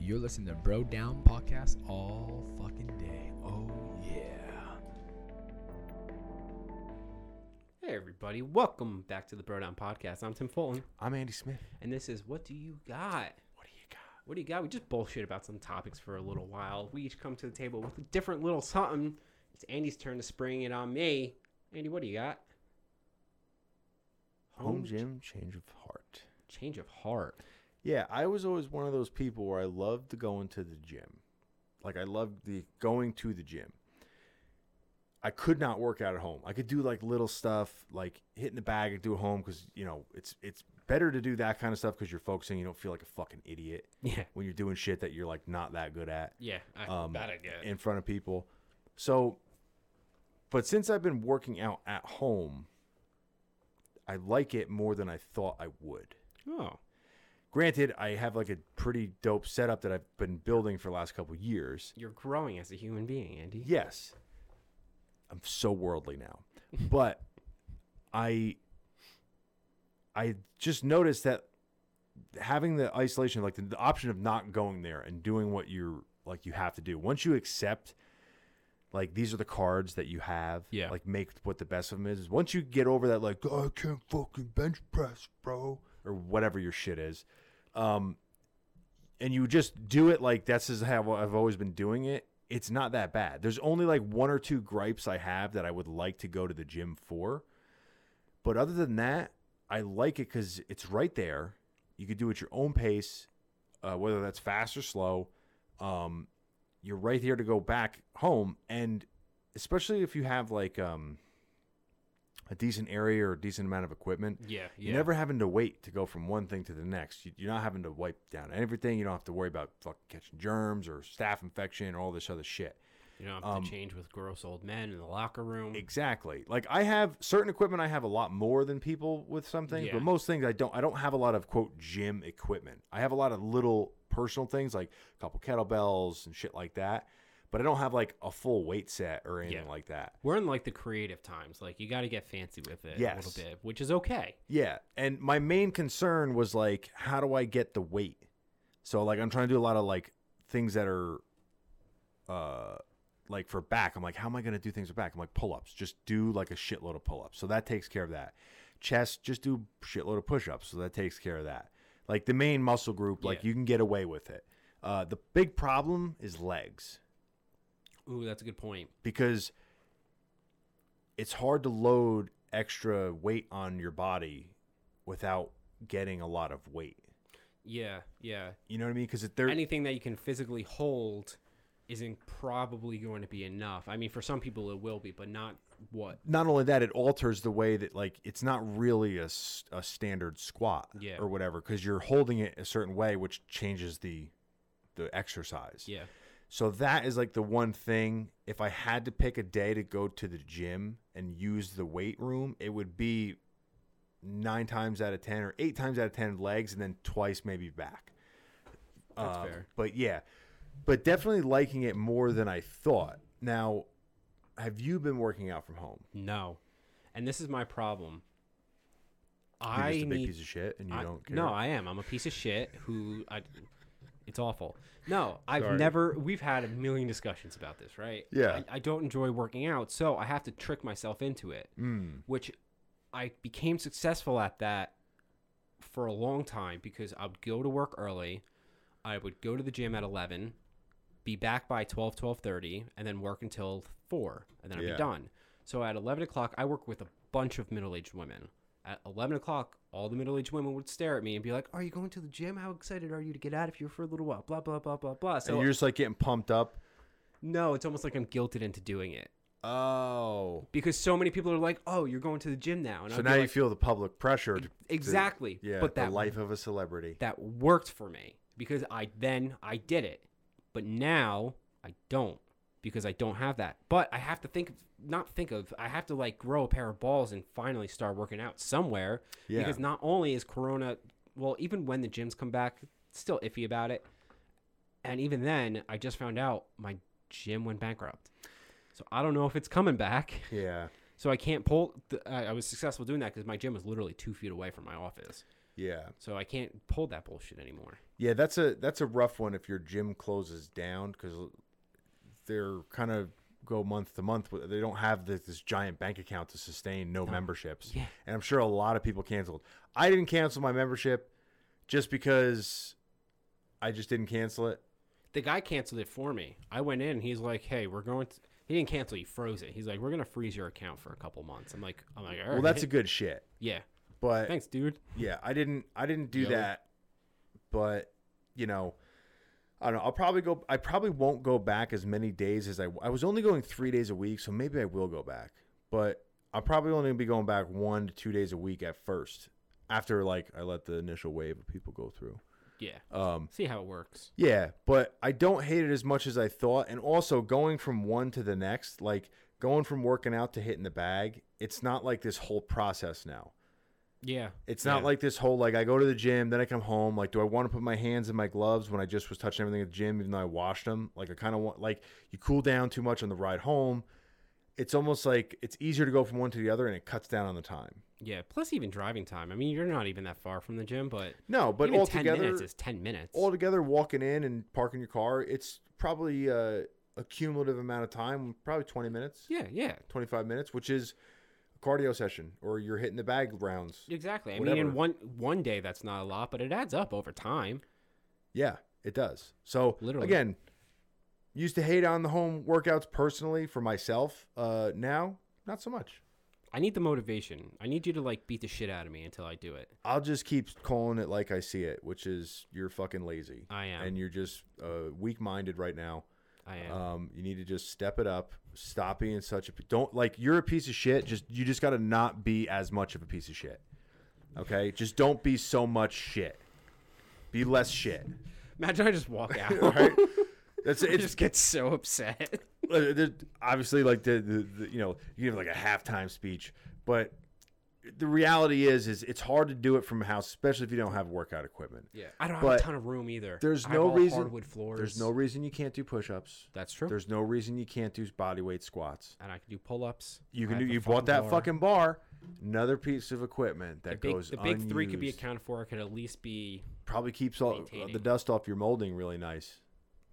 You're listening to Bro Down Podcast all fucking day. Oh, yeah. Hey everybody, welcome back to the Bro Down Podcast. I'm Tim Fulton, I'm Andy Smith. and this is What Do You Got? What do you got? What do you got? We just bullshit about some topics for a little while. We each come to the table with a different little something. It's Andy's turn to spring it on me. Andy, what do you got? Home ch- gym, change of heart. change of heart. Yeah, I was always one of those people where I loved going to the gym. Like I loved the going to the gym. I could not work out at home. I could do like little stuff, like hitting the bag and do at home because you know it's it's better to do that kind of stuff because you're focusing. You don't feel like a fucking idiot Yeah, when you're doing shit that you're like not that good at. yeah. I, um, that I get. in front of people. So, but since I've been working out at home, I like it more than I thought I would. oh, Granted, I have like a pretty dope setup that I've been building for the last couple years. you're growing as a human being, Andy. Yes, I'm so worldly now, but I, I just noticed that having the isolation, like the, the option of not going there and doing what you're like you have to do. Once you accept, like these are the cards that you have. Yeah. Like make what the best of them is. Once you get over that, like "Oh, I can't fucking bench press, bro, or whatever your shit is, um, and you just do it like that's is how I've always been doing it. It's not that bad. There's only like one or two gripes I have that I would like to go to the gym for. But other than that, I like it because it's right there. You could do it at your own pace, uh, whether that's fast or slow. Um, you're right there to go back home, and especially if you have like um, a decent area or a decent amount of equipment, Yeah, yeah. you're never having to wait to go from one thing to the next. You, you're not having to wipe down everything. You don't have to worry about fucking catching germs or staph infection or all this other shit. you don't have to um, change with gross old men in the locker room. Exactly. Like I have certain equipment I have a lot more than people with some things, Yeah. but most things I don't I don't have a lot of quote gym equipment. I have a lot of little personal things like a couple kettlebells and shit like that. But I don't have like a full weight set or anything Yeah. like that. We're in like the creative times. Like you got to get fancy with it a Yes. little bit, which is okay. Yeah. And my main concern was like, how do I get the weight? So like I'm trying to do a lot of like things that are uh like for back. I'm like, how am I gonna do things with back? I'm like pull ups. Just do like a shitload of pull ups. So that takes care of that. Chest, just do shitload of push ups. So that takes care of that. Like the main muscle group, like Yeah. you can get away with it. Uh the big problem is legs Ooh, that's a good point. because it's hard to load extra weight on your body without getting a lot of weight. Yeah, yeah. You know what I mean? Because they're anything that you can physically hold isn't probably going to be enough. I mean, for some people it will be, but not what. not only that, it alters the way that like it's not really a, s- a standard squat Yeah. or whatever because you're holding it a certain way, which changes the the exercise. Yeah, So that is like the one thing. If I had to pick a day to go to the gym and use the weight room, it would be nine times out of ten or eight times out of ten legs, and then twice maybe back. that's Uh, fair. But yeah, but definitely liking it more than I thought. Now, have you been working out from home? No, and this is my problem. You're I just a big need piece of shit, and you I- don't care. No, I am. I'm a piece of shit who I. It's awful. No, I've Sorry. never. We've had a million discussions about this, right? Yeah. I, I don't enjoy working out, so I have to trick myself into it, Mm. which I became successful at that for a long time because I would go to work early, I would go to the gym at eleven, be back by 12 12 and then work until 4 and then i'd Yeah. be done so at 11 o'clock i work with a bunch of middle-aged women at 11 o'clock all the middle-aged women would stare at me and be like are you going to the gym how excited are you to get out of here for a little while blah blah blah blah blah and so you're just like getting pumped up. no it's almost like i'm guilted into doing it Oh, because so many people are like oh you're going to the gym now and so I'd be now you like, feel the public pressure. to- to- exactly yeah, but the that life of a celebrity. that worked for me because I then I did it. But now I don't because I don't have that. But I have to think of not think of I have to like grow a pair of balls and finally start working out somewhere Yeah. because not only is corona well even when the gyms come back still iffy about it. And even then I just found out my gym went bankrupt. So I don't know if it's coming back. yeah. So I can't pull. th- I I was successful doing that because my gym was literally two feet away from my office. Yeah. So I can't pull that bullshit anymore. Yeah, that's a that's a rough one if your gym closes down because they're kind of go month to month. but They don't have this, this giant bank account to sustain no, memberships, Yeah. and I'm sure a lot of people canceled. I didn't cancel my membership just because I just didn't cancel it. The guy canceled it for me. I went in. He's like, "Hey, we're going." to... He didn't cancel. He froze it. He's like, "We're gonna freeze your account for a couple months." I'm like, "I'm like, all right." Well, that's a good shit, yeah. but Thanks, dude. yeah, I didn't I didn't do Yo. that, but you know. I don't know. I'll probably go. I probably won't go back as many days as I. I was only going three days a week, so maybe I will go back. But I'll probably only be going back one to two days a week at first. After like I let the initial wave of people go through. Yeah. Um, See how it works. yeah, but I don't hate it as much as I thought. And also going from one to the next, like going from working out to hitting the bag, it's not like this whole process now. Yeah. It's not Yeah. like this whole like I go to the gym, then I come home. Like, do I want to put my hands in my gloves when I just was touching everything at the gym, even though I washed them? Like, I kind of want like you cool down too much on the ride home. It's almost like it's easier to go from one to the other, and it cuts down on the time. Yeah. Plus, even driving time. I mean, you're not even that far from the gym, but No, but even ten altogether, minutes is ten minutes. altogether, walking in and parking your car, it's probably uh, a cumulative amount of time, probably twenty minutes, yeah. Yeah. 25 minutes, which is a cardio session, or you're hitting the bag rounds. Exactly. I mean, Whatever. in one one day, that's not a lot, but it adds up over time. Yeah, it does. So Literally. again, used to hate on the home workouts personally for myself. Uh, now not so much. I need the motivation. I need you to like beat the shit out of me until I do it. I'll just keep calling it like I see it, which is you're fucking lazy. I am. and you're just uh, weak-minded right now. I am. Um, you need to just step it up. Stop being such a p- don't like you're a piece of shit. Just you just got to not be as much of a piece of shit. Okay, just don't be so much shit. Be less shit. Imagine I just walk out. Right? That's I it's just get so upset. Uh, there- obviously like the, the, the you know you give like a halftime speech but the reality is is it's hard to do it from a house especially if you don't have workout equipment I don't have But a ton of room either. there's I have no all reason hardwood floors. there's no reason you can't do push-ups That's true. there's no reason you can't do body weight squats and I can do pull-ups. you I can do have a you fucking bought that bar. fucking bar another piece of equipment that The big, goes the big three could be unused. accounted for. Could at least be probably keeps all uh, maintaining. the dust off your molding really nice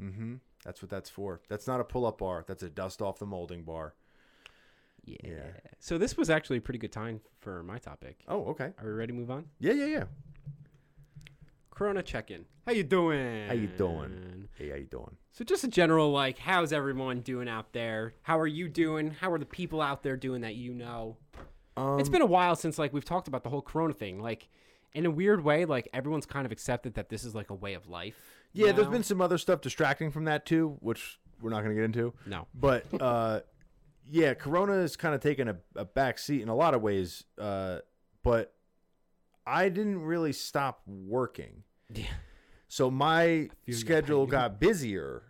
mm-hmm that's what that's for that's not a pull-up bar that's a dust off the molding bar yeah. So this was actually a pretty good time for my topic. oh okay Are we ready to move on? yeah yeah yeah Corona check-in. How you doing? how you doing hey how you doing So just a general like, how's everyone doing out there? How are you doing? How are the people out there doing that you know? Um, it's been a while since like we've talked about the whole corona thing. Like in a weird way, like everyone's kind of accepted that this is like a way of life. yeah. There's now. been some other stuff distracting from that too, which we're not going to get into. No. But uh, yeah, Corona has kind of taken a, a back seat in a lot of ways. Uh, but I didn't really stop working, Yeah. so my your schedule pain. got busier,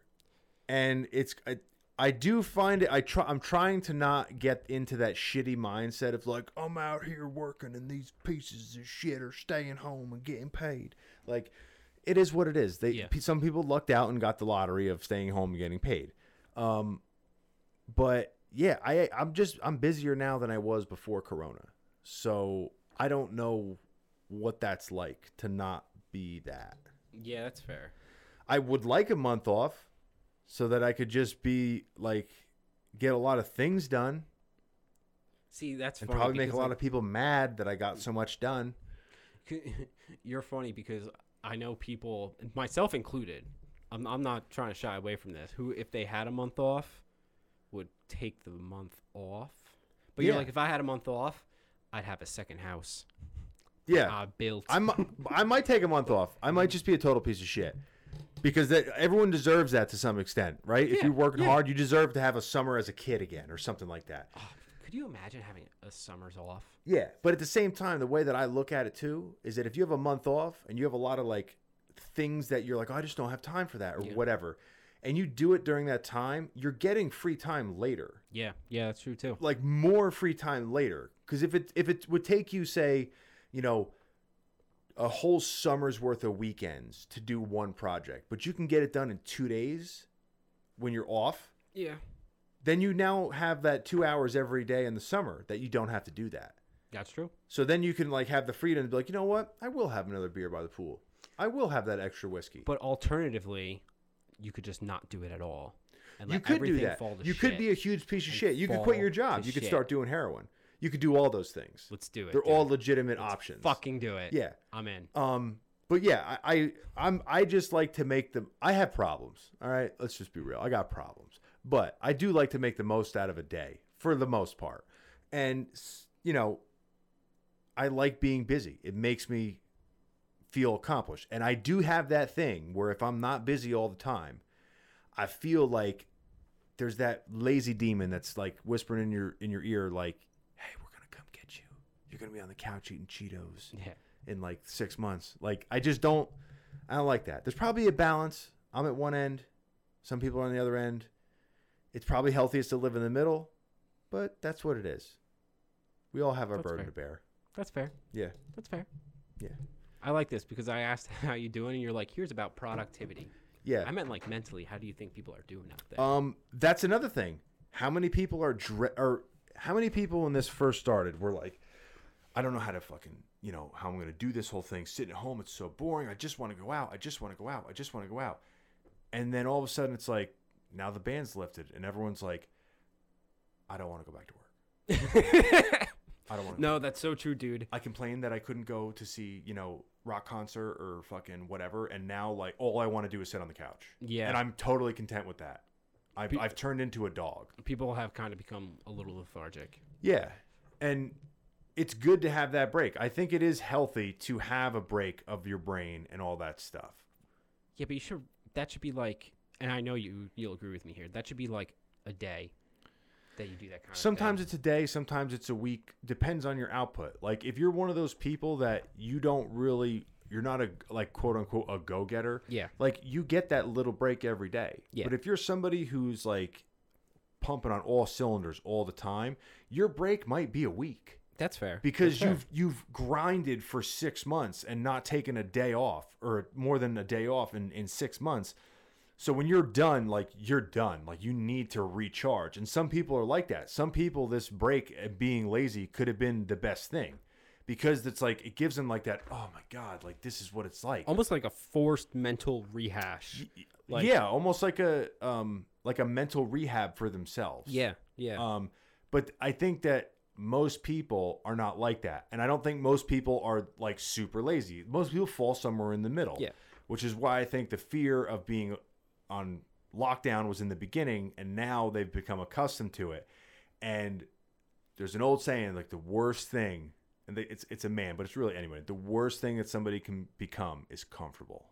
and it's. I, I do find it. I try. I'm trying to not get into that shitty mindset of like I'm out here working and these pieces of shit are staying home and getting paid. Like, it is what it is. They Yeah. pe- some people lucked out and got the lottery of staying home and getting paid. Um, but yeah, I I'm just I'm busier now than I was before Corona. So I don't know what that's like to not be that. Yeah, that's fair. I would like a month off so that I could just be like get a lot of things done See, that's and funny probably make a because, lot of people mad that I got so much done. like, You're funny because I know people, myself included. I'm I'm not trying to shy away from this. Who, if they had a month off, would take the month off. But you're Yeah. like, if I had a month off, I'd have a second house. Yeah. I built. I might, I might take a month off. I might just be a total piece of shit because that, everyone deserves that to some extent, right? if Yeah, you're working yeah. hard, you deserve to have a summer as a kid again or something like that. Ah, could you imagine having a summer's off? Yeah, but at the same time, the way that I look at it too is that if you have a month off and you have a lot of like things that you're like, "Oh, I just don't have time for that or Yeah. whatever, and you do it during that time, you're getting free time later Yeah, yeah, that's true too. like more free time later because if it if it would take you say you know a whole summer's worth of weekends to do one project but you can get it done in two days when you're off Yeah, then you now have that two hours every day in the summer that you don't have to do that That's true. So then you can like have the freedom to be like, you know what? I will have another beer by the pool. I will have that extra whiskey. But alternatively, you could just not do it at all. And you let could do everything that. fall to You could shit. be a huge piece of and shit. You could quit fall your job. to You could shit. start doing heroin. You could do all those things. Let's do it. They're dude. all legitimate options. Fucking do it. Yeah. I'm in. Um, but yeah, I, I I'm I just like to make them. I have problems. All right, let's just be real. I got problems, but I do like to make the most out of a day for the most part. And s- you know, I like being busy. It makes me feel accomplished. And I do have that thing where if I'm not busy all the time, I feel like there's that lazy demon that's like whispering in your in your ear like, "Hey, we're going to come get you. You're going to be on the couch eating Cheetos." Yeah. in like six months. Like I just don't I don't like that. There's probably a balance. I'm at one end. Some people are on the other end. It's probably healthiest to live in the middle, but that's what it is. We all have our That's burden fair. to bear. That's fair. Yeah. That's fair. Yeah. I like this because I asked how you doing, and you're like, "Here's about productivity." Yeah. I meant like mentally. How do you think people are doing out there? Um that's another thing. How many people are dre- or how many people when this first started were like I don't know how to fucking, you know, how I'm going to do this whole thing. Sitting at home, it's so boring. I just want to go out. I just want to go out. I just want to go out. And then all of a sudden, it's like, now the band's lifted, and everyone's like, I don't want to go back to work. Uh, I don't want to. no, that's so true, dude. I complained that I couldn't go to see, you know, rock concert or fucking whatever, and now like all I want to do is sit on the couch. Yeah. and I'm totally content with that. I've, Pe- I've turned into a dog. People have kind of become a little lethargic. Yeah. And it's good to have that break. I think it is healthy to have a break of your brain and all that stuff. Yeah, but you should. That should be like, and I know you you'll agree with me here. That should be like a day that you do that kind of. Sometimes it's a day, sometimes it's a week, depends on your output. Like if you're one of those people that you don't really you're not a like quote unquote a go-getter. Yeah. Like you get that little break every day. Yeah. But if you're somebody who's like pumping on all cylinders all the time, your break might be a week. That's fair. because you've you've grinded for six months and not taken a day off or more than a day off in, in six months so when you're done like you're done like you need to recharge and some people are like that some people this break and being lazy could have been the best thing because it's like it gives them like that oh my god like this is what it's like almost like a forced mental rehash. like- yeah almost like a um like a mental rehab for themselves Yeah, yeah. Um, but I think that most people are not like that, and I don't think most people are like super lazy. Most people fall somewhere in the middle. Yeah. which is why I think the fear of being on lockdown was in the beginning, and now they've become accustomed to it. And there's an old saying like the worst thing, and they, it's it's a man, but it's really anyway. The worst thing that somebody can become is comfortable,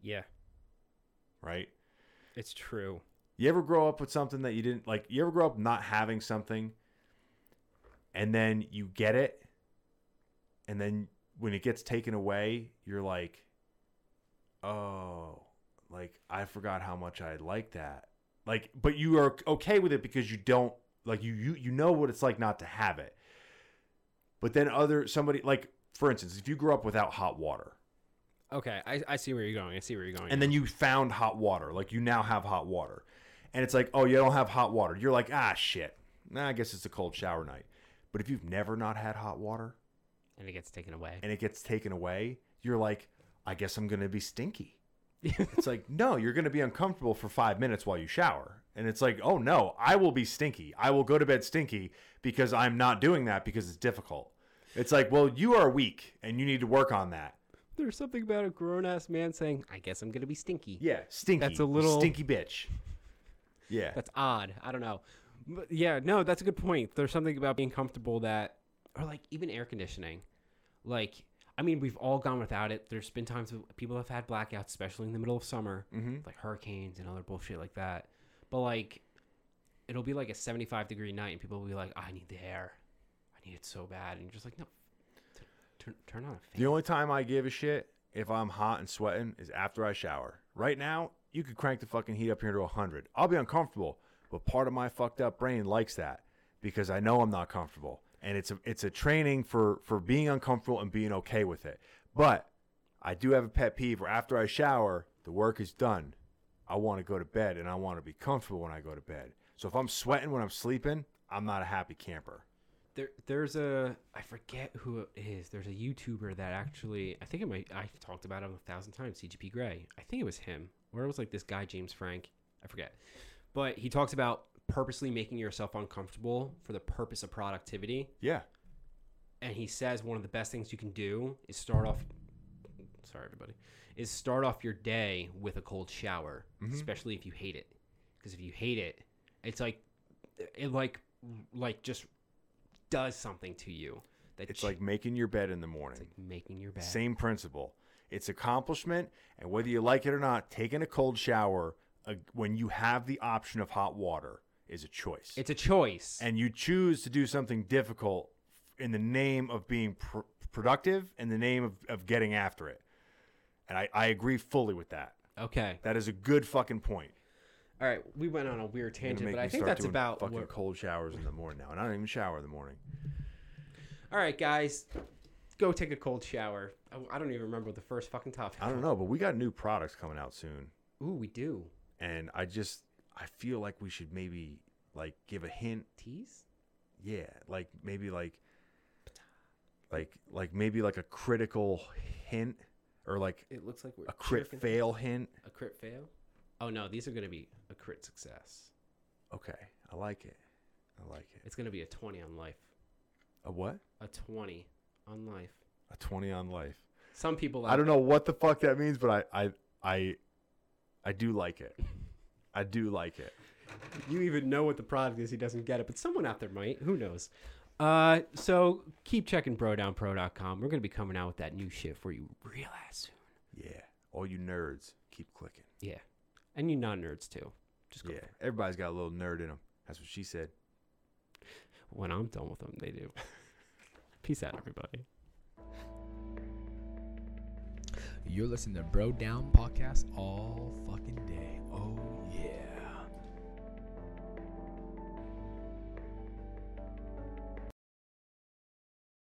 yeah, right? it's true. You ever grow up with something that you didn't like? You ever grow up not having something and then you get it? And then when it gets taken away, you're like, oh, like I forgot how much I like that. Like, but you are okay with it because you don't like you you you know what it's like not to have it. But then other somebody like for instance, if you grew up without hot water, Okay, I, I see where you're going. I see where you're going. and then you found hot water. Like you now have hot water. And it's like, oh, you don't have hot water. You're like, ah, shit. Nah, I guess it's a cold shower night. But if you've never not had hot water and it gets taken away. and it gets taken away, you're like, I guess I'm going to be stinky. it's like, no, you're going to be uncomfortable for five minutes while you shower. And it's like, oh, no, I will be stinky. I will go to bed stinky because I'm not doing that because it's difficult. It's like, well, you are weak and you need to work on that. There's something about a grown ass man saying, "I guess I'm gonna be stinky." Yeah, stinky. That's a you little- stinky bitch. Yeah. That's odd. I don't know. But yeah, no, that's a good point. There's something about being comfortable that, or like even air conditioning. Like, I mean, we've all gone without it. There's been times when people have had blackouts, especially in the middle of summer, Mhm. like hurricanes and other bullshit like that. But like, it'll be like a 75 degree night, and people will be like, "I need the air. I need it so bad," and you're just like, "No, t- turn turn on a fan." The only time I give a shit if I'm hot and sweating is after I shower. Right now, you could crank the fucking heat up here to 100. I'll be uncomfortable, but part of my fucked up brain likes that because I know I'm not comfortable. And it's a, it's a training for for being uncomfortable and being okay with it. But I do have a pet peeve where after I shower, the work is done. I want to go to bed and I want to be comfortable when I go to bed. So if I'm sweating when I'm sleeping, I'm not a happy camper. there there's a I forget who it is. There's a YouTuber that actually I think it might I've talked about him a thousand times. CGP Grey. I think it was him, or it was like this guy James Frank. I forget, but he talks about purposely making yourself uncomfortable for the purpose of productivity. Yeah. And he says one of the best things you can do is start off. Sorry, everybody. Is start off your day with a cold shower, Mm-hmm. especially if you hate it, because if you hate it, it's like it like like just does something to you that It's ch- like making your bed in the morning. making your bed. Same principle. It's accomplishment, and whether you like it or not, taking a cold shower uh, when you have the option of hot water is a choice. It's a choice. and you choose to do something difficult in the name of being pr- productive, in the name of, of getting after it. And I, I agree fully with that. okay. That is a good fucking point. All right. We went on a weird You're gonna tangent, make but I me think start that's doing about. fucking what- cold showers in the morning now, and I don't even shower in the morning. All right, guys, go take a cold shower. I- I don't even remember the first fucking topic. I don't know, but we got new products coming out soon, Ooh, we do and I just I feel like we should maybe like give a hint teas. yeah like maybe like like like maybe like a critical hint or like It looks like we're a crit chirping- fail hint A crit fail. Oh no, these are gonna be a crit success. okay i like it i like it It's gonna be a twenty on life. a what A twenty on life. a 20 on life Some people. i don't know what the fuck that means but i i i, I do like it i do like it You even know what the product is. He doesn't get it, but someone out there might. Who knows? Uh, so keep checking brodownpro.com. We're gonna be coming out with that new shit for you real ass soon. yeah all you nerds keep clicking Yeah, and you non nerds too. Just go yeah for it. everybody's got a little nerd in them that's what she said when I'm done with them, they do. Peace out, everybody. You're listening to Bro Down Podcast All Oh,